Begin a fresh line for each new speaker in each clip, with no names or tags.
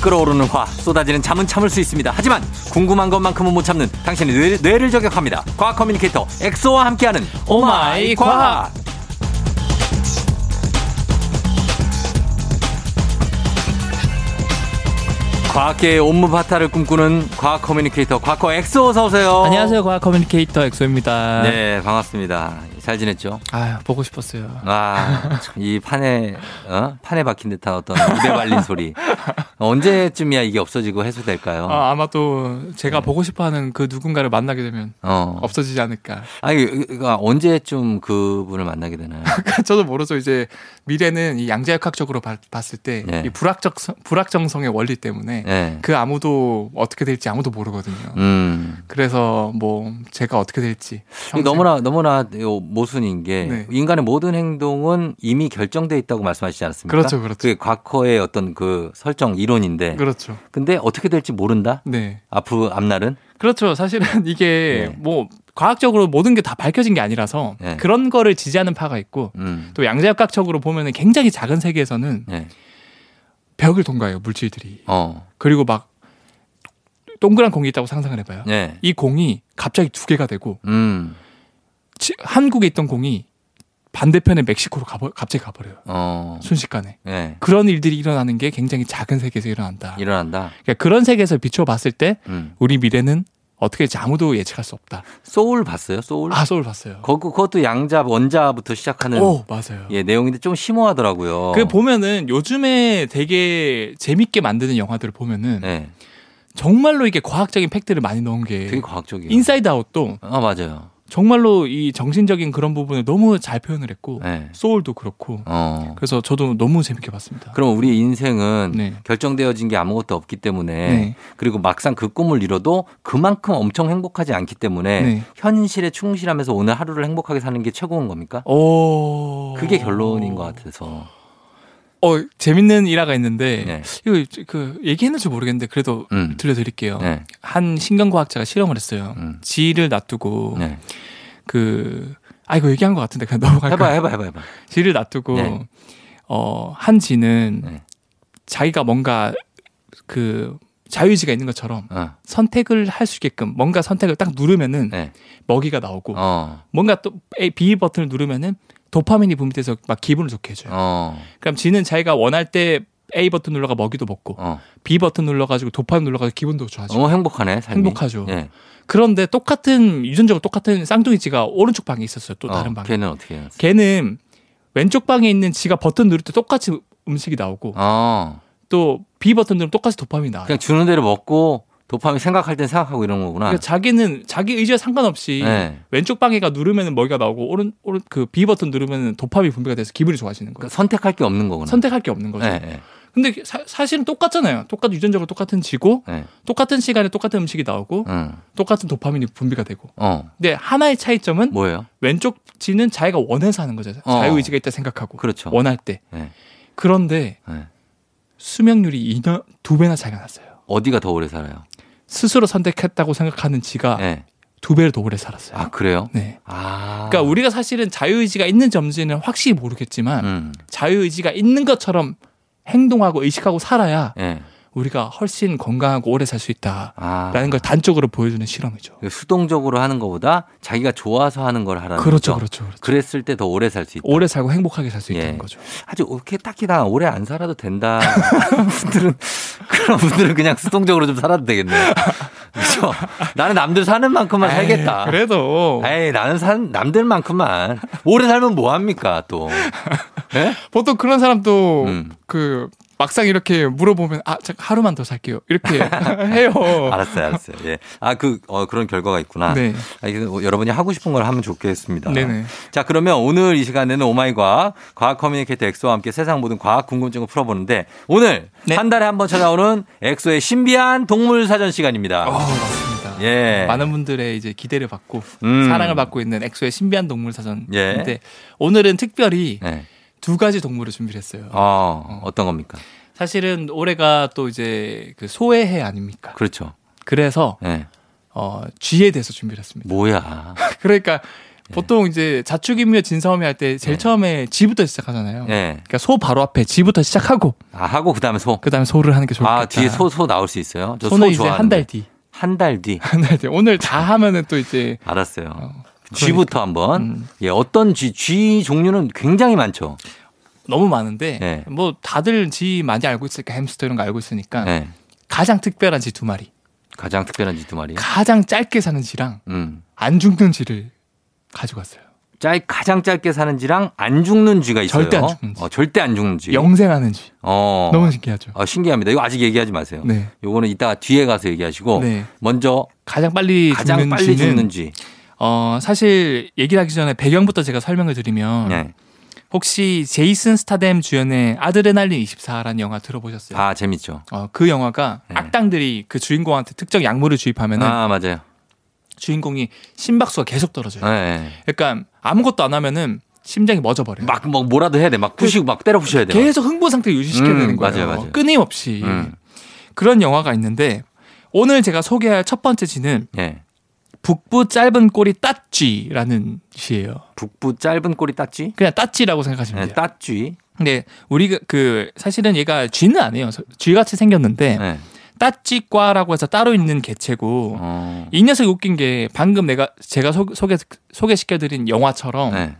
끓어오르는 화 쏟아지는 잠은 참을 수 있습니다. 하지만 궁금한 것만큼은 못 참는 당신의 뇌, 뇌를 저격합니다. 과학 커뮤니케이터 엑소와 함께하는 오마이 과학. 과학계의 온몸 파타를 꿈꾸는 과학 커뮤니케이터 과거 엑소 어서 오세요.
안녕하세요. 과학 커뮤니케이터 엑소입니다.
네 반갑습니다. 잘 지냈죠?
아 보고 싶었어요.
아, 참, 이 판에, 어? 판에 박힌 듯한 어떤 무대 발린 소리. 언제쯤이야 이게 없어지고 해소될까요?
아, 아마 또 제가 보고 싶어하는 그 누군가를 만나게 되면
어.
없어지지 않을까.
아니, 그러니까 언제쯤 그분을 만나게 되나요?
저도 모르죠. 이제 미래는 이 양자역학적으로 봐- 봤을 때 이
네.
불확적 불확정성의 원리 때문에
예.
그 아무도 어떻게 될지 아무도 모르거든요.
음.
그래서 뭐 제가 어떻게 될지 평생-
너무나, 너무나 모순인 게
네.
인간의 모든 행동은 이미 결정돼 있다고 말씀하시지 않았습니까?
그렇죠, 그렇죠.
그게 과거의 어떤 그 설정 이론인데.
그렇죠.
근데 어떻게 될지 모른다?
네.
앞으로, 앞날은?
그렇죠. 사실은 이게
네.
뭐 과학적으로 모든 게 다 밝혀진 게 아니라서
네.
그런 거를 지지하는 파가 있고
음.
또 양자역학적으로 보면 은 굉장히 작은 세계에서는
예.
벽을 통과해요 물질들이
어.
그리고 막 동그란 공이 있다고 상상을 해봐요
예.
이 공이 갑자기 두 개가 되고
음.
치- 한국에 있던 공이 반대편에 멕시코로 가버, 갑자기 가버려요
어.
순식간에
예.
그런 일들이 일어나는 게 굉장히 작은 세계에서 일어난다
일어난다.
그러니까 그런 세계에서 비춰봤을 때
음.
우리 미래는 어떻게 될지 아무도 예측할 수 없다
소울 봤어요? 소울?
아 서울 봤어요
거, 그것도 양자, 원자부터 시작하는
오 맞아요
예, 내용인데 좀 심오하더라고요.
그 보면은 요즘에 되게 재밌게 만드는 영화들을 보면은
예,
정말로 이게 과학적인 팩트를 많이 넣은 게
되게 과학적이에요.
예. 인사이드 아웃도
아, 맞아요.
정말로 이 정신적인 그런 부분을 너무 잘 표현을 했고
예.
소울도 그렇고
어.
그래서 저도 너무 재밌게 봤습니다.
그럼 우리 인생은
네.
결정되어진 게 아무것도 없기 때문에
네.
그리고 막상 그 꿈을 이뤄도 그만큼 엄청 행복하지 않기 때문에
네.
현실에 충실하면서 오늘 하루를 행복하게 사는 게 최고인 겁니까?
오
그게 결론인 것 같아서.
어 재밌는 일화가 있는데
네.
이거 그 얘기했는지 모르겠는데 그래도
음.
들려드릴게요.
네.
한 신경과학자가 실험을 했어요. 어.
음.
지를 놔두고
네.
그 아 이거 얘기한 것 같은데 그냥 넘어갈까요?
해봐, 해봐, 해봐, 해봐.
지를 놔두고
네.
어 한 지는
네.
자기가 뭔가 그 자유의지가 있는 것처럼
어.
선택을 할 수 있게끔 뭔가 선택을 딱 누르면은
네.
먹이가 나오고
어.
뭔가 또 A, B 버튼을 누르면은 도파민이 분비돼서 막 기분을 좋게 해줘요.
어.
그럼 지는 자기가 원할 때 A 버튼 눌러가 먹이도 먹고
어.
B 버튼 눌러가지고 도파민 눌러가지고 기분도 좋아지고
어, 행복하네, 삶이.
행복하죠.
예.
그런데 똑같은 유전적으로 똑같은 쌍둥이 지가 오른쪽 방에 있었어요. 또 다른
어,
방에.
걔는 어떻게 해요?
걔는 왼쪽 방에 있는 지가 버튼 누를 때 똑같이 음식이 나오고
어.
또 B 버튼 누르면 똑같이 도파민이 나와요.
그냥 주는 대로 먹고 도파민 생각할 땐 생각하고 이런 거구나.
그러니까 자기는 자기 의지와 상관없이
아. 네.
왼쪽 방해가 누르면 먹이가 나오고 오른 오른 그 B 버튼 누르면 도파민 분비가 돼서 기분이 좋아지는 거예요.
그러니까 선택할 게 없는 거구나.
선택할 게 없는 거죠.
네, 네,
근데 사, 실은 똑같잖아요. 똑같은 유전적으로 똑같은 지고
네.
똑같은 시간에 똑같은 음식이 나오고
응.
똑같은 도파민이 분비가 되고.
어.
근데 하나의 차이점은
뭐예요?
왼쪽 지는 자기가 원해서 하는 거죠.
어.
자유의지가 있다 생각하고
그렇죠.
원할 때.
네.
그런데
네.
수명률이 2년 두 배나 차이가 났어요.
어디가 더 오래 살아요?
스스로 선택했다고 생각하는 지가
네.
두 배를 더 오래 살았어요.
아 그래요?
네.
아.
그러니까 우리가 사실은 자유의지가 있는지 없는지는 확실히 모르겠지만
음.
자유의지가 있는 것처럼 행동하고 의식하고 살아야
예.
우리가 훨씬 건강하고 오래 살 수 있다라는
아.
걸 단적으로 보여주는 실험이죠.
수동적으로 하는 것보다 자기가 좋아서 하는 걸 하라는
그렇죠,
거죠.
그렇죠, 어. 그렇죠.
그랬을 때 더 오래 살 수 있다.
오래 살고 행복하게 살 수
예.
있다는 거죠.
아주 이렇게 딱히 나 오래 안 살아도 된다. 분들은 그런 분들은 그냥 수동적으로 좀 살아도 되겠네요. 그렇죠. 나는 남들 사는 만큼만 살겠다. 아,
에이, 예, 그래도
에이 나는 산 남들만큼만 오래 살면 뭐 합니까 또? 예?
보통 그런 사람도
음.
그 막상 이렇게 물어보면 아, 잠 하루만 더 살게요. 이렇게 해요.
알았어요, 알았어요. 예. 아그 어, 그런 결과가 있구나.
네.
아, 이거 여러분이 하고 싶은 걸 하면 좋겠습니다.
네네.
자 그러면 오늘 이 시간에는 오마이 과학 과학 커뮤니케이터 엑소와 함께 세상 모든 과학 궁금증을 풀어보는데 오늘
네.
한 달에 한 번 찾아오는 엑소의 신비한 동물 사전 시간입니다.
어, 맞습니다.
예.
많은 분들의 이제 기대를 받고
음.
사랑을 받고 있는 엑소의 신비한 동물 사전인데
예.
오늘은 특별히
네.
두 가지 동물을 준비를 했어요.
어 어떤 겁니까?
사실은 올해가 또 이제 그 소의 해 아닙니까?
그렇죠.
그래서
예.
어, 쥐에 대해서 준비를 했습니다.
뭐야?
그러니까
예.
보통 이제 자축인묘 진사오미 할 때 제일
네.
처음에 지부터 시작하잖아요.
예.
그러니까 소 바로 앞에 지부터 시작하고
아, 하고 그다음에 소.
그다음에 소를 하는 게 좋겠다.
아, 뒤에 소, 소 나올 수 있어요? 저 소
소는 이제
좋아하는데.
한 달 뒤.
한 달 뒤.
한 달 뒤. 오늘 다 하면은 또 이제
알았어요.
그러니까.
쥐부터 한번.
음.
예, 어떤 쥐, 쥐 종류는 굉장히 많죠.
너무 많은데
네.
뭐 다들 지 많이 알고 있으니까 햄스터 이런 거 알고 있으니까
예.
가장 특별한 지 두 마리,
가장 특별한 쥐 두 마리.
가장 짧게 사는 지랑
음.
안 죽는 지를 가져갔어요.
짧, 가장 짧게 사는 쥐랑 안 죽는 쥐가 있어요.
절대 안 죽는 쥐.
어, 절대 안 죽는 쥐.
영생하는 지
어.
너무 신기하죠.
아, 신기합니다. 이거 아직 얘기하지 마세요.
네.
요거는 이따가 뒤에 가서 얘기하시고
네.
먼저
가장 빨리
어. 가장
죽는
빨리
지는
죽는 쥐.
어 사실 얘기를 하기 전에 배경부터 제가 설명을 드리면
네.
혹시 제이슨 스타뎀 주연의 아드레날린 24라는 영화 들어보셨어요?
아, 재밌죠.
어, 그 영화가
네.
악당들이 그 주인공한테 특정 약물을 주입하면은
아, 맞아요.
주인공이 심박수가 계속 떨어져요.
네, 네.
그러니까 아무것도 안 하면은 심장이 멎어버려요.
막, 막 뭐라도 해야 돼. 막 부시고 막 때려 부셔야 돼.
계속 흥분 상태 를 유지시켜야
음,
되는
맞아요,
거예요.
맞아요.
끊임없이
음.
그런 영화가 있는데 오늘 제가 소개할 첫 번째 지는
예.
북부 짧은 꼬리 따쥐라는 시예요.
북부 짧은 꼬리 따쥐?
그냥 따쥐라고 생각하시면
네,
돼요.
따쥐.
근데 우리가 그 사실은 얘가 쥐는 아니에요. 쥐 같이 생겼는데
네.
따찌과라고 해서 따로 있는 개체고
어.
이 녀석이 웃긴 게 방금 내가 제가 소, 소개 소개시켜드린 영화처럼
네.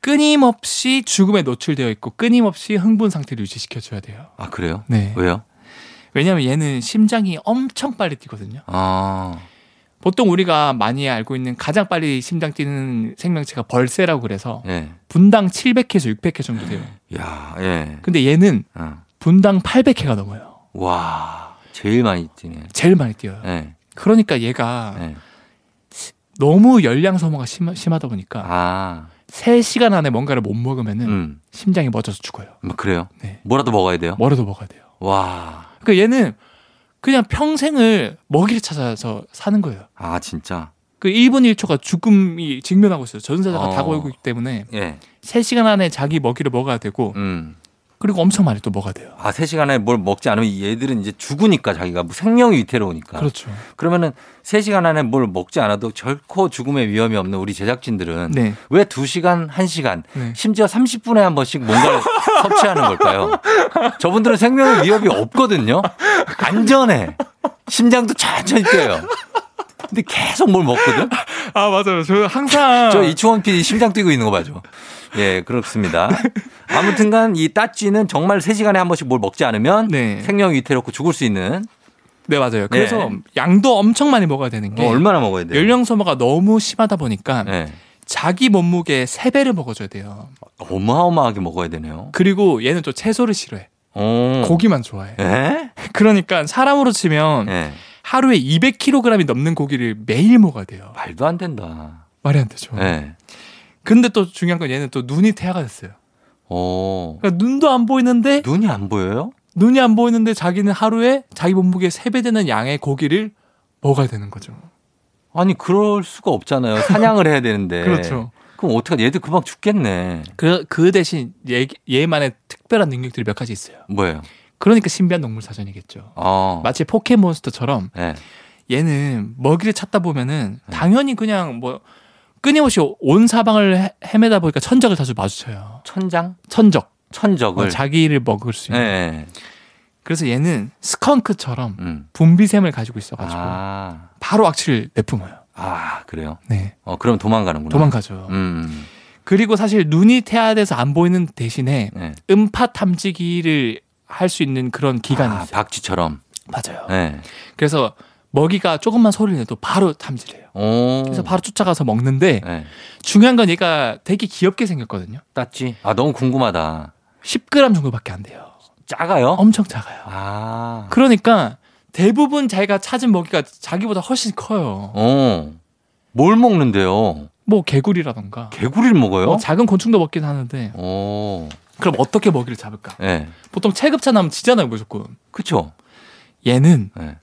끊임없이 죽음에 노출되어 있고 끊임없이 흥분 상태를 유지시켜줘야 돼요.
아, 그래요?
네.
왜요?
왜냐하면 얘는 심장이 엄청 빨리 뛰거든요.
아.
보통 우리가 많이 알고 있는 가장 빨리 심장 뛰는 생명체가 벌새라고 그래서
예.
분당 700회에서 600회 정도 돼요.
야, 예.
근데 얘는
어.
분당 800회가 넘어요.
와. 제일 많이 뛰네.
제일 많이 뛰어요.
예.
그러니까 얘가
예.
너무 열량 소모가 심하, 심하다 보니까
아.
세 3시간 안에 뭔가를 못 먹으면은
음.
심장이 멎어서 죽어요.
뭐 그래요?
네.
뭐라도 먹어야 돼요?
뭐라도 먹어야 돼요.
와.
그러니까 얘는 그냥 평생을 먹이를 찾아서 사는 거예요.
아, 진짜.
그 1분 1초가 죽음이 직면하고 있어요. 전사자가
어.
다가오고 있기 때문에
예.
3시간 안에 자기 먹이를 먹어야 되고
음.
그리고 엄청 많이 또 먹어야 돼요.
아, 세시간에뭘 먹지 않으면 얘들은 이제 죽으니까 자기가 뭐 생명이 위태로우니까.
그렇죠.
그러면은 세시간 안에 뭘 먹지 않아도 결코 죽음의 위험이 없는 우리 제작진들은
네.
왜 두시간한시간
네.
심지어 30분에 한 번씩 뭔가를 섭취하는 걸까요? 저분들은 생명의 위협이 없거든요. 안전해. 심장도 천천히 뛰어요. 근데 계속 뭘 먹거든?
아, 맞아요. 저 항상
저 이충원 PD 심장 뛰고 있는 거 봐죠. 예, 그렇습니다. 아무튼간 이 따쥐는 정말 세시간에한 번씩 뭘 먹지 않으면
네.
생명이 위태롭고 죽을 수 있는
네, 맞아요. 그래서 양도 엄청 많이 먹어야 되는
어,
게
얼마나 먹어야 돼요?
열량 소모가 너무 심하다 보니까
예.
자기 몸무게 3배를 먹어줘야 돼요.
어마어마하게 먹어야 되네요.
그리고 얘는 또 채소를 싫어해.
어.
고기만 좋아해.
예?
그러니까 사람으로 치면
예.
하루에 200kg이 넘는 고기를 매일 먹어야 돼요.
말도 안 된다.
말이 안 되죠.
예.
근데 또 중요한 건 얘는 또 눈이 태아가 됐어요.
어.
그러니까 눈도 안 보이는데
눈이 안 보여요?
눈이 안 보이는데 자기는 하루에 자기 몸무게 3배 되는 양의 고기를 먹어야 되는 거죠.
아니 그럴 수가 없잖아요. 사냥을 해야 되는데.
그렇죠.
그럼 어떻게 얘들 금방 죽겠네.
그, 그 대신 얘, 얘만의 특별한 능력들이 몇 가지 있어요.
뭐예요?
그러니까 신비한 동물 사전이겠죠.
어.
마치 포켓몬스터처럼
예.
얘는 먹이를 찾다 보면은
네.
당연히 그냥 뭐 끊임없이 온 사방을 헤- 헤매다 보니까 천적을 자주 마주쳐요.
천장?
천적. 뭐
천적을.
어, 자기를 먹을 수
예.
있는.
예.
그래서 얘는 스컹크처럼
음.
분비샘을 가지고 있어가지고
아.
바로 악취를 내뿜어요.
아, 그래요.
네.
어, 그럼 도망가는구나.
도망가죠.
음.
그리고 사실 눈이 태아돼서 안 보이는 대신에
예.
음파 탐지기를 할 수 있는 그런 기관이
아,
있어요.
박쥐처럼.
맞아요.
예.
그래서 먹이가 조금만 소리를 내도 바로 탐지해요.
오.
그래서 바로 쫓아가서 먹는데
예.
중요한 건 얘가 되게 귀엽게 생겼거든요.
따쥐. 아, 너무 궁금하다.
10g 정도밖에 안 돼요.
작아요?
엄청 어? 작아요.
아.
그러니까 대부분 자기가 찾은 먹이가 자기보다 훨씬 커요.
어. 뭘 먹는데요?
뭐 개구리라던가
개구리를 먹어요?
어, 작은 곤충도 먹긴 하는데
오.
그럼 어떻게 먹이를 잡을까?
예.
보통 체급차 나면 지잖아요 무조건.
그쵸?
얘는
예.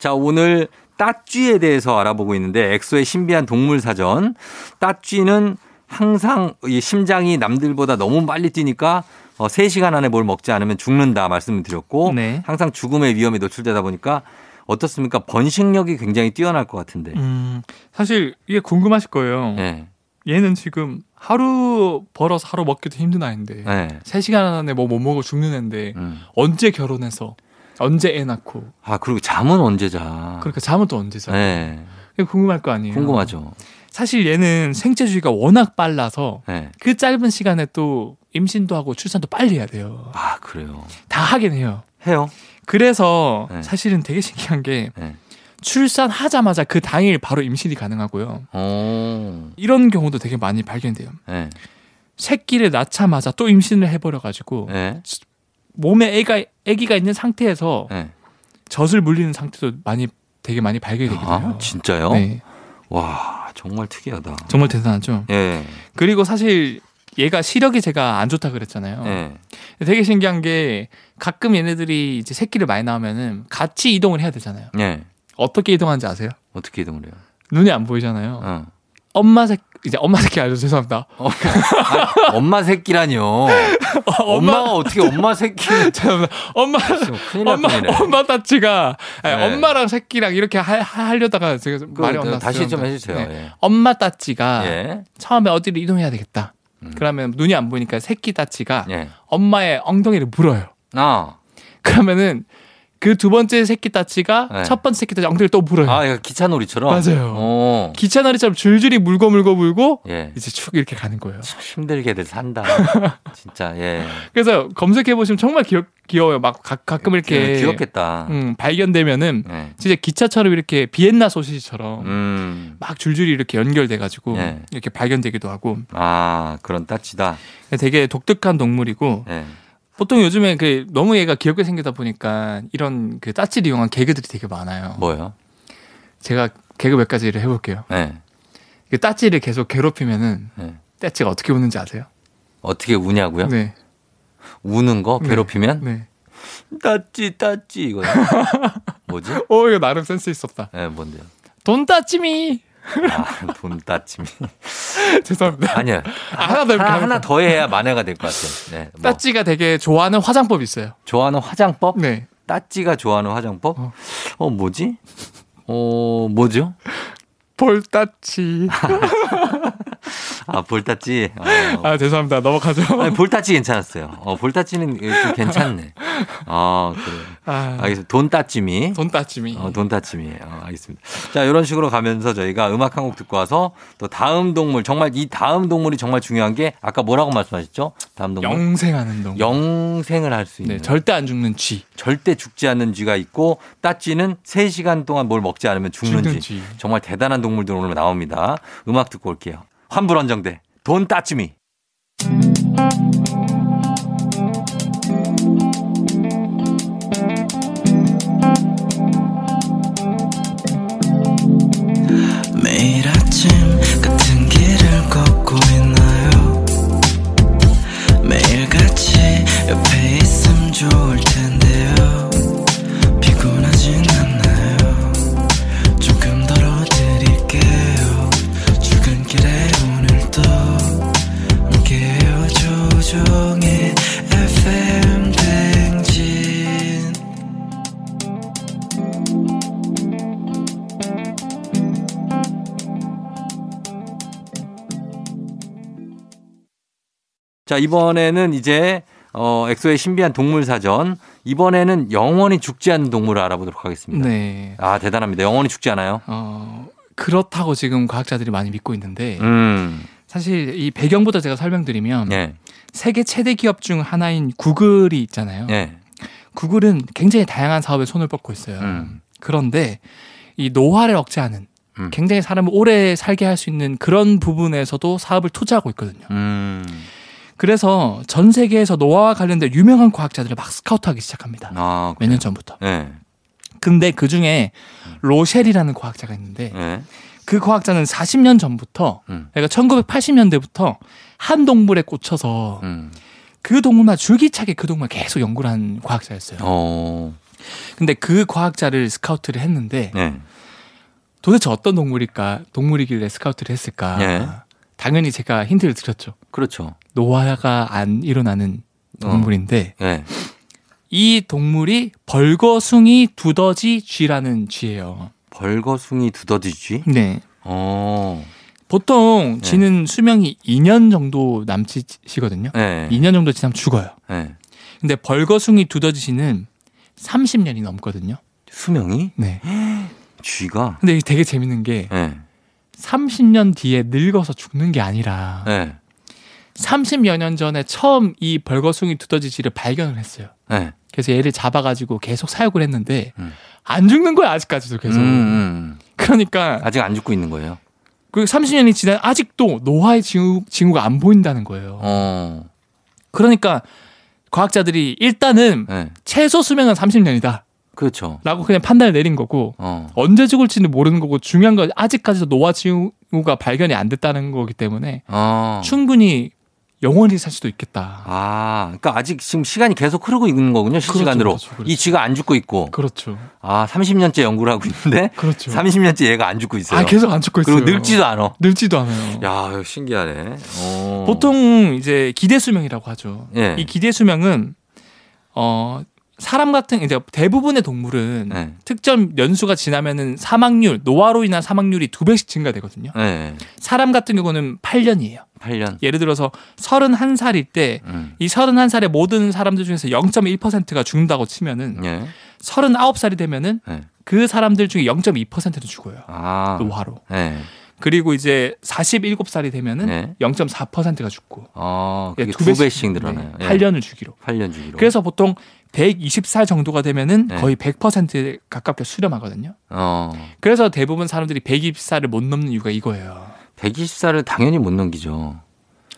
자 오늘 따쥐에 대해서 알아보고 있는데 엑소의 신비한 동물 사전. 따쥐는 항상 이 심장이 남들보다 너무 빨리 뛰니까 어, 3시간 안에 뭘 먹지 않으면 죽는다 말씀을 드렸고
네.
항상 죽음의 위험에 노출되다 보니까 어떻습니까? 번식력이 굉장히 뛰어날 것 같은데.
음, 사실 이게 궁금하실 거예요.
네.
얘는 지금 하루 벌어서 하루 먹기도 힘든 아이인데
네.
세 3시간 안에 뭐 못 먹고 죽는 애인데
음.
언제 결혼해서 언제 애 낳고
아 그리고 잠은 언제 자?
그러니까 잠은 또 언제 자요?
네,
이게 궁금할 거 아니에요.
아. 궁금하죠.
사실 얘는 생체주의가 워낙 빨라서
네.
그 짧은 시간에 또 임신도 하고 출산도 빨리 해야 돼요.
아 그래요.
다 하긴 해요.
해요.
그래서
네.
사실은 되게 신기한 게
네.
출산하자마자 그 당일 바로 임신이 가능하고요.
오.
이런 경우도 되게 많이 발견돼요.
네.
새끼를 낳자마자 또 임신을 해버려가지고
네.
몸에 애가 아기가 있는 상태에서
네.
젖을 물리는 상태도 많이 되게 많이 발견되기도 해요.
아 진짜요?
네,
와 정말 특이하다.
정말 대단하죠.
예.
그리고 사실 얘가 시력이 제가 안 좋다 그랬잖아요.
예.
되게 신기한 게 가끔 얘네들이 이제 새끼를 많이 낳으면은 같이 이동을 해야 되잖아요.
예.
어떻게 이동하는지 아세요?
어떻게 이동을 해요?
눈이 안 보이잖아요.
어.
엄마 새끼 이제 엄마 새끼 아니죠 죄송합니다.
아, 엄마 새끼라니요.
어,
엄마가 어떻게 엄마 새끼?
죄송합니다. 엄마
지금 큰일 날
엄마
뻔이네.
엄마 따치가 아니,
네.
엄마랑 새끼랑 이렇게 하, 하- 하려다가 제가 좀
그,
말이
그,
없나
다시 좀
죄송합니다.
해주세요.
네. 아. 엄마 따치가
예. 예.
처음에 어디로 이동해야 되겠다.
음.
그러면 눈이 안 보니까 새끼 따치가
예.
엄마의 엉덩이를 물어요.
아.
그러면은 그 두 번째 새끼 따치가
네.
첫 번째 새끼 따치 엉덩이를 또 물어요.
아 이거 기차놀이처럼.
맞아요.
오.
기차나리처럼 줄줄이 물고 물고 물고
예.
이제 쭉 이렇게 가는 거예요.
참 힘들게들 산다. 진짜 예.
그래서 검색해 보시면 정말 귀여, 귀여워요. 막 가, 끔 이렇게
귀엽겠다.
음, 발견되면은
예.
진짜 기차처럼 이렇게 비엔나 소시지처럼
음.
막 줄줄이 이렇게 연결돼 가지고
네.
이렇게 발견되기도 하고
아 그런 따치다.
되게 독특한 동물이고
예.
보통 요즘에 그 너무 얘가 귀엽게 생기다 보니까 이런 그 따치를 이용한 개그들이 되게 많아요.
뭐요?
제가 개그 몇 가지를 해볼게요.
예.
그 따치를 계속 괴롭히면은
예.
따치가 어떻게 우는지 아세요?
어떻게 우냐고요?
네.
우는 거 괴롭히면
네.
따찌 따찌 이거 뭐지?
오 어, 이거 나름 센스 있었다.
예, 뭔데요?
돈 따치미.
아, 돈 따찜이.
죄송합니다.
아니야.
아, 하나 더 해볼게요.
하나, 하나 더 해야 만회가 될 것 같아요. 네. 뭐
따찌가 되게 좋아하는 화장법이 있어요.
좋아하는 화장법?
네.
따찌가 좋아하는 화장법?
어.
어, 뭐지? 어, 뭐죠?
볼 따찌.
아, 볼따찌. 어.
아 죄송합니다. 넘어가죠.
아니, 볼따찌 괜찮았어요. 어, 볼따찌는 좀 괜찮네. 아, 그래요.
아,
알겠습니다. 돈 따찜이.
돈 따짐이.
어, 돈 따찜이. 어, 알겠습니다. 자, 이런 식으로 가면서 저희가 음악 한 곡 듣고 와서 또 다음 동물, 정말 이 다음 동물이 정말 중요한 게 아까 뭐라고 말씀하셨죠? 다음 동물.
영생하는 동물.
영생을 할 수 있는
네, 절대 안 죽는 쥐.
절대 죽지 않는 쥐가 있고 따쥐는 3시간 동안 뭘 먹지 않으면 죽는,
죽는
쥐.
쥐.
정말 대단한 동물들 오늘 나옵니다. 음악 듣고 올게요. 환불원정대 돈 따쥐미.
매일 아침 같은 길을 걷고 있나요 매일 같이 옆에 있음 좋을 텐데요 피곤하진 않나요 조금 덜어드릴게요 출근길에 오늘도 함께해요 조종의 FM 댕진
자, 이번에는 이제 어, 엑소의 신비한 동물 사전. 이번에는 영원히 죽지 않는 동물을 알아보도록 하겠습니다.
네.
아, 대단합니다. 영원히 죽지 않아요?
어, 그렇다고 지금 과학자들이 많이 믿고 있는데
음.
사실 이 배경부터 제가 설명드리면
예.
세계 최대 기업 중 하나인 구글이 있잖아요.
예.
구글은 굉장히 다양한 사업에 손을 뻗고 있어요.
음.
그런데 이 노화를 억제하는
음.
굉장히 사람을 오래 살게 할 수 있는 그런 부분에서도 사업을 투자하고 있거든요.
음.
그래서 전 세계에서 노화와 관련된 유명한 과학자들을 막 스카우트하기 시작합니다.
아,
몇 년 전부터.
예.
근데 그 중에
음.
로셸이라는 과학자가 있는데
예.
그 과학자는 40년 전부터
음.
그러니까 1980년대부터 한 동물에 꽂혀서
음.
그 동물만 줄기차게 그 동물 계속 연구를 한 과학자였어요.
어.
근데 그 과학자를 스카우트를 했는데
예.
도대체 어떤 동물일까? 동물이길래 스카우트를 했을까?
예.
당연히 제가 힌트를 드렸죠.
그렇죠.
노화가 안 일어나는
어.
동물인데
예.
이 동물이 벌거숭이 두더지 쥐라는 쥐예요.
벌거숭이 두더지쥐?
네.
어. 네.
보통 쥐는 수명이 2년 정도 남짓이거든요.
예.
2년 정도 지나면 죽어요.
예.
근데 벌거숭이 두더지 쥐는 30년이 넘거든요.
수명이
네.
쥐가
근데 이게 되게 재밌는 게
예.
30년 뒤에 늙어서 죽는 게 아니라
예.
30여 년 전에 처음 이 벌거숭이 두더지 쥐를 발견을 했어요.
예.
그래서 얘를 잡아가지고 계속 사육을 했는데
음.
안 죽는 거야 아직까지도
음,
계속.
음.
그러니까
아직 안 죽고 있는 거예요.
그 30년이 지난 아직도 노화의 징후, 징후가 안 보인다는 거예요.
어.
그러니까 과학자들이 일단은
예.
최소 수명은 30년이다라고
그렇죠.
그냥 판단을 내린 거고
어.
언제 죽을지는 모르는 거고 중요한 건 아직까지도 노화 징후가 발견이 안 됐다는 거기 때문에
어.
충분히 영원히 살 수도 있겠다.
아, 그러니까 아직 지금 시간이 계속 흐르고 있는 거군요, 실시간으로.
그렇죠, 그렇죠, 그렇죠.
이 쥐가 안 죽고 있고.
그렇죠.
아, 30년째 연구를 하고 있는데
그렇죠.
30년째 얘가 안 죽고 있어요.
아 계속 안 죽고 있어요.
그리고 늙지도 않아.
늙지도 않아요.
야, 이거 신기하네. 어.
보통 이제 기대 수명이라고 하죠.
예.
이 기대 수명은 어 사람 같은 이제 대부분의 동물은
예.
특정 연수가 지나면은 사망률 노화로 인한 사망률이 두 배씩 증가되거든요.
예.
사람 같은 경우는 8년이에요.
8년.
예를 들어서 31살일 때 이
음.
31살의 모든 사람들 중에서 0.1%가 죽는다고 치면은
예.
39살이 되면은
예.
그 사람들 중에 0.2%는 죽어요. 그
아.
노화로.
예.
그리고 이제 47살이 되면은
예.
0.4%가 죽고
어, 그게
예, 네.
두 배씩 늘어나요. 예.
8년을 주기로.
8년 주기로.
그래서 보통 120살 정도가 되면은
네.
거의 100% 가깝게 수렴하거든요.
어.
그래서 대부분 사람들이 120살을 못 넘는 이유가 이거예요.
120살을 당연히 못 넘기죠.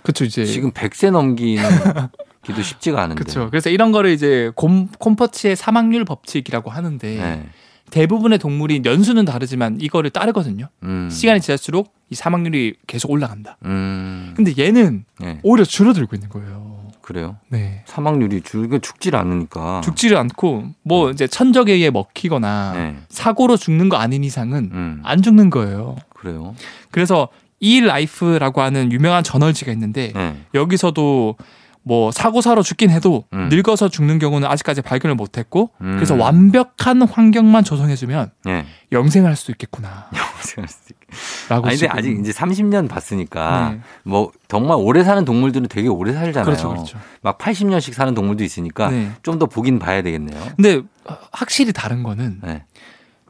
그렇죠 이제.
지금 100세 넘기는 기도 쉽지가 않은데.
그렇죠. 그래서 이런 거를 이제 곰, 콤퍼치의 사망률 법칙이라고 하는데
예.
대부분의 동물이 연수는 다르지만 이거를 따르거든요.
음.
시간이 지날수록 이 사망률이 계속 올라간다.
음.
근데 얘는
예.
오히려 줄어들고 있는 거예요.
그래요.
네.
사망률이 줄게 죽질 않으니까.
죽지를 않고 뭐 이제 천적에 의해 먹히거나
음. 네.
사고로 죽는 거 아닌 이상은
음.
안 죽는 거예요.
그래요.
그래서 이 라이프라고 하는 유명한 저널지가 있는데
네.
여기서도 뭐 사고사로 죽긴 해도
음.
늙어서 죽는 경우는 아직까지 발견을 못했고
음.
그래서 완벽한 환경만 조성해주면
예.
영생할 수 있겠구나라고.
네. 아니 근데
지금-
아직 이제 30년 봤으니까
네.
뭐 정말 오래 사는 동물들은 되게 오래 살잖아요. 그러니까
그렇죠, 그렇죠.
막 80년씩 사는 동물도 있으니까
네.
좀 더 보긴 봐야 되겠네요.
근데 확실히 다른 거는
네.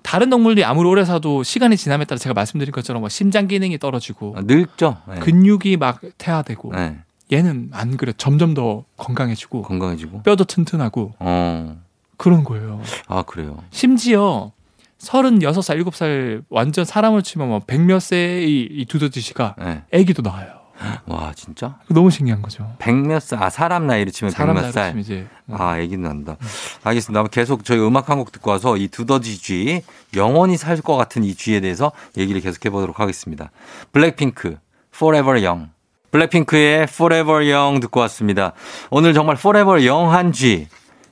다른 동물들이 아무리 오래 사도 시간이 지남에 따라 제가 말씀드린 것처럼 뭐 심장 기능이 떨어지고
아, 늙죠. 네.
근육이 막 퇴화되고
네.
얘는 안 그래 점점 더 건강해지고
건강해지고.
뼈도 튼튼하고
어.
그런 거예요.
아 그래요.
심지어 36살, 7살 완전 사람을 치면 뭐 100몇 세의 이 두더지씨가
네.
애기도 나와요.
와 진짜?
너무 신기한 거죠.
백몇 살, 아 사람 나이로 치면
사람
백몇
나이로
살.
치면 이제 뭐
아, 애기는 난다. 알겠습니다. 아마 계속 저희 음악 한 곡 듣고 와서 이 두더지 쥐, 영원히 살 것 같은 이 쥐에 대해서 얘기를 계속 해보도록 하겠습니다. 블랙핑크, Forever Young. 블랙핑크의 Forever Young 듣고 왔습니다. 오늘 정말 Forever Young 한 쥐.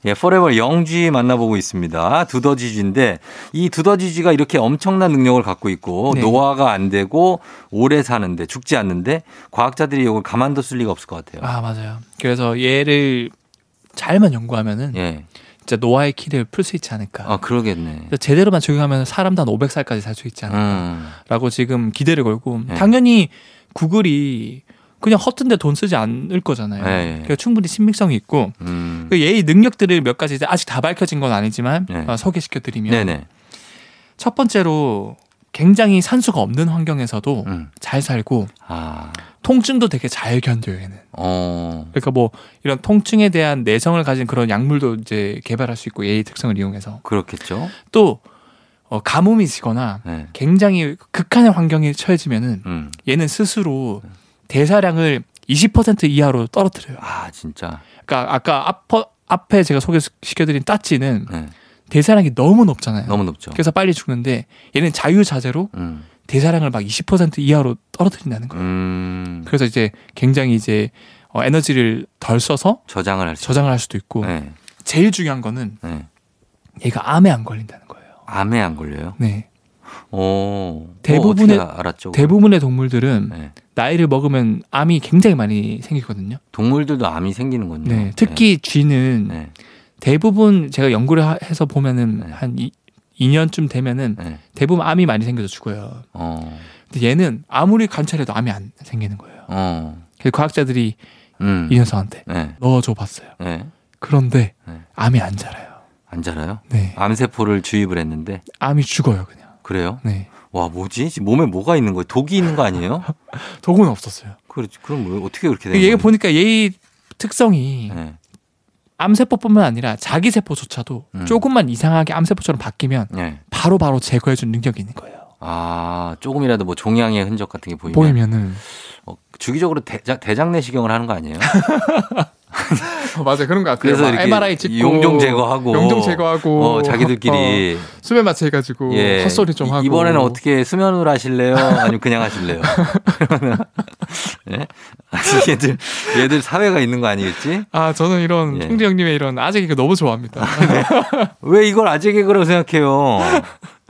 예, Forever Young 쥐 만나보고 있습니다. 두더지 쥐인데 이 두더지 쥐가 이렇게 엄청난 능력을 갖고 있고
네.
노화가 안 되고 오래 사는데 죽지 않는데 과학자들이 이걸 가만뒀을 리가 없을 것 같아요.
아 맞아요. 그래서 얘를 잘만 연구하면은
예.
진짜 노아의 키를 풀 수 있지 않을까.
아, 그러겠네.
그래서 제대로만 적용하면 사람도 한 500살까지 살 수 있지
음.
않을까라고 지금 기대를 걸고
네.
당연히 구글이 그냥 허튼데 돈 쓰지 않을 거잖아요.
네, 네.
그러니까 충분히 신빙성이 있고
음.
그 얘의 능력들을 몇 가지 이제 아직 다 밝혀진 건 아니지만
네.
어, 소개시켜드리면
네네.
첫 번째로 굉장히 산소가 없는 환경에서도
음.
잘 살고
아,
통증도 되게 잘 견뎌요 얘는.
어,
그러니까 뭐 이런 통증에 대한 내성을 가진 그런 약물도 이제 개발할 수 있고 얘의 특성을 이용해서
그렇겠죠.
또 어, 가뭄이 지거나
네.
굉장히 극한의 환경에 처해지면은
음.
얘는 스스로 대사량을 20% 이하로 떨어뜨려요.
아, 진짜.
그러니까 아까 앞 앞에 제가 소개시켜드린 따찌는
네.
대사량이 너무 높잖아요.
너무 높죠.
그래서 빨리 죽는데 얘는 자유자재로
음.
대사량을 막 20% 이하로 떨어뜨린다는 거예요.
음.
그래서 이제 굉장히 이제 어, 에너지를 덜 써서
저장을 할 수.
저장을 할 수도 있고
네.
제일 중요한 거는
네.
얘가 암에 안 걸린다는 거예요.
암에 안 걸려요?
네.
오.
대부분의-
어, 어떻게 알았죠.
대부분의 동물들은
네.
나이를 먹으면 암이 굉장히 많이 생기거든요.
동물들도 암이 생기는군요.
네. 특히 쥐는
음. 네.
대부분 제가 연구를 하- 해서 보면은
네.
한 이, 2년쯤 되면은
네. 네.
대부분 암이 많이 생겨서 죽어요.
어.
근데 얘는 아무리 관찰해도 암이 안 생기는 거예요.
어.
그래서 과학자들이
음.
이 녀석한테
네.
넣어줘 봤어요.
네.
그런데
네.
암이 안 자라요.
안 자라요?
네.
암세포를 주입을 했는데
암이 죽어요, 그냥.
그래요?
네.
와 뭐지? 지금 몸에 뭐가 있는 거예요? 독이 있는 거 아니에요?
독은 없었어요.
그렇지. 그럼 왜 어떻게 그렇게 되는 거예요?
얘가 보니까 얘의 특성이
네.
암세포뿐만 아니라 자기 세포조차도
음.
조금만 이상하게 암세포처럼 바뀌면
네.
바로바로 제거해 준 능력이 있는 거예요.
아 조금이라도 뭐 종양의 흔적 같은
예.
게 보이면
보이면은
어, 주기적으로 대장, 대장 내시경을 하는 거 아니에요?
어, 맞아요. 그런 거 같아요.
그래서 이렇게 용종 제거하고 어, 자기들끼리
어, 수면 마취 해 가지고
예, 이- 이번에는 어떻게 수면으로 하실래요? 아니면 그냥 하실래요? 그러면은, 예? 아니, 얘들 얘들 사회가 있는 거 아니겠지?
아, 저는 이런
예.
총재 형님의 이런 아재 개그 너무 좋아합니다.
왜 이걸 아재 개그라고 생각해요?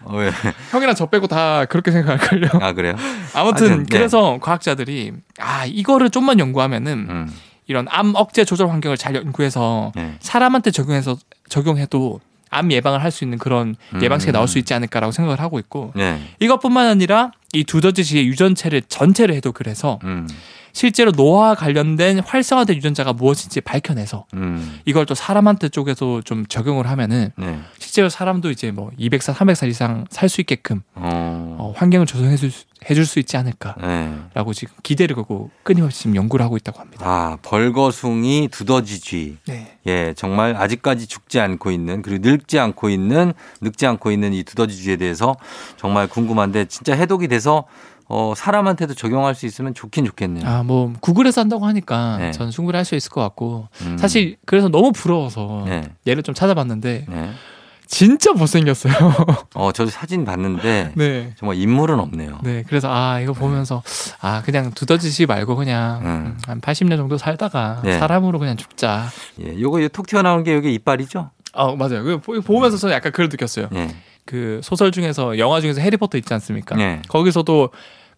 어, 왜?
형이랑 저 빼고 다 그렇게 생각할걸요.
아 그래요?
아무튼
하여튼, 네.
그래서 과학자들이 아, 이거를 좀만 연구하면은
음,
이런 암 억제 조절 환경을 잘 연구해서
네.
사람한테 적용해서 적용해도 암 예방을 할 수 있는 그런 예방책이
음.
나올 수 있지 않을까라고 생각을 하고 있고
네.
이것뿐만 아니라 이 두더지의 유전체를 전체를 해도 그래서
음,
실제로 노화와 관련된 활성화된 유전자가 무엇인지 밝혀내서
음,
이걸 또 사람한테 쪽에서 좀 적용을 하면은
네.
실제로 사람도 이제 뭐 200살, 300살 이상 살 수 있게끔
어,
어, 환경을 조성해 줄 수- 해줄 수 있지 않을까라고
네.
지금 기대를 걸고 끊임없이 지금 연구를 하고 있다고 합니다.
아 벌거숭이 두더지 쥐.
네.
예, 정말 아직까지 죽지 않고 있는 그리고 늙지 않고 있는 늙지 않고 있는 이 두더지 쥐에 대해서 정말 궁금한데 진짜 해독이 돼서 어, 사람한테도 적용할 수 있으면 좋긴 좋겠네요.
아, 뭐 구글에서 한다고 하니까
네.
전 충분히 할 수 있을 것 같고
음.
사실 그래서 너무 부러워서
네.
얘를 좀 찾아봤는데
네.
진짜 못생겼어요.
어, 저도 사진 봤는데
네.
정말 인물은 없네요.
네, 그래서 아 이거 보면서 아 그냥 두더지지 말고 그냥
음.
한 80년 정도 살다가
네.
사람으로 그냥 죽자.
예, 요거 요톡 튀어나온 게 여기 이빨이죠?
아 맞아요. 그 보- 보면서 저는 약간 그걸 느꼈어요.
예.
그 소설 중에서 영화 중에서 해리포터 있지 않습니까?
네.
거기서도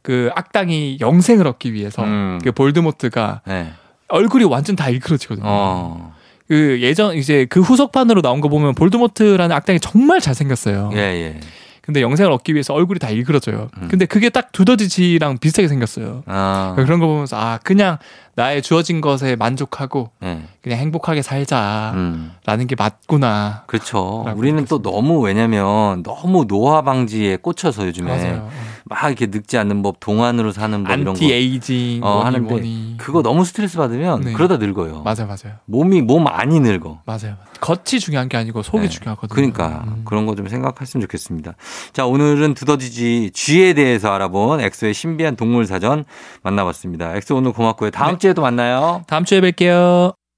그 악당이 영생을 얻기 위해서
음.
그 볼드모트가
예.
얼굴이 완전 다 일그러지거든요.
어.
그 예전 이제 그 후속판으로 나온 거 보면 볼드모트라는 악당이 정말 잘생겼어요.
예, 예.
근데 영생을 얻기 위해서 얼굴이 다 일그러져요.
음.
근데 그게 딱 두더지랑 비슷하게 생겼어요.
아.
그런 거 보면서 아 그냥 나의 주어진 것에 만족하고
예.
그냥 행복하게 살자라는
음.
게 맞구나.
그렇죠.
라고
우리는 또 너무 왜냐면 너무 노화 방지에 꽂혀서 요즘에
맞아요.
막 이렇게 늙지 않는 법, 동안으로 사는 법 네. 뭐 이런 거.
안티 에이징
어,
뭐니
하는데
뭐니.
그거 너무 스트레스 받으면
네.
그러다 늙어요.
맞아요, 맞아요,
몸이 몸 많이 늙어.
맞아요. 겉이 중요한 게 아니고 속이
네.
중요하거든요.
그러니까
음.
그런 거 좀 생각하시면 좋겠습니다. 자 오늘은 두더지지 쥐에 대해서 알아본 엑소의
네.
신비한 동물 사전 만나봤습니다. 엑소 오늘 고맙고요. 다음 주에도 만나요.
다음 주에 뵐게요.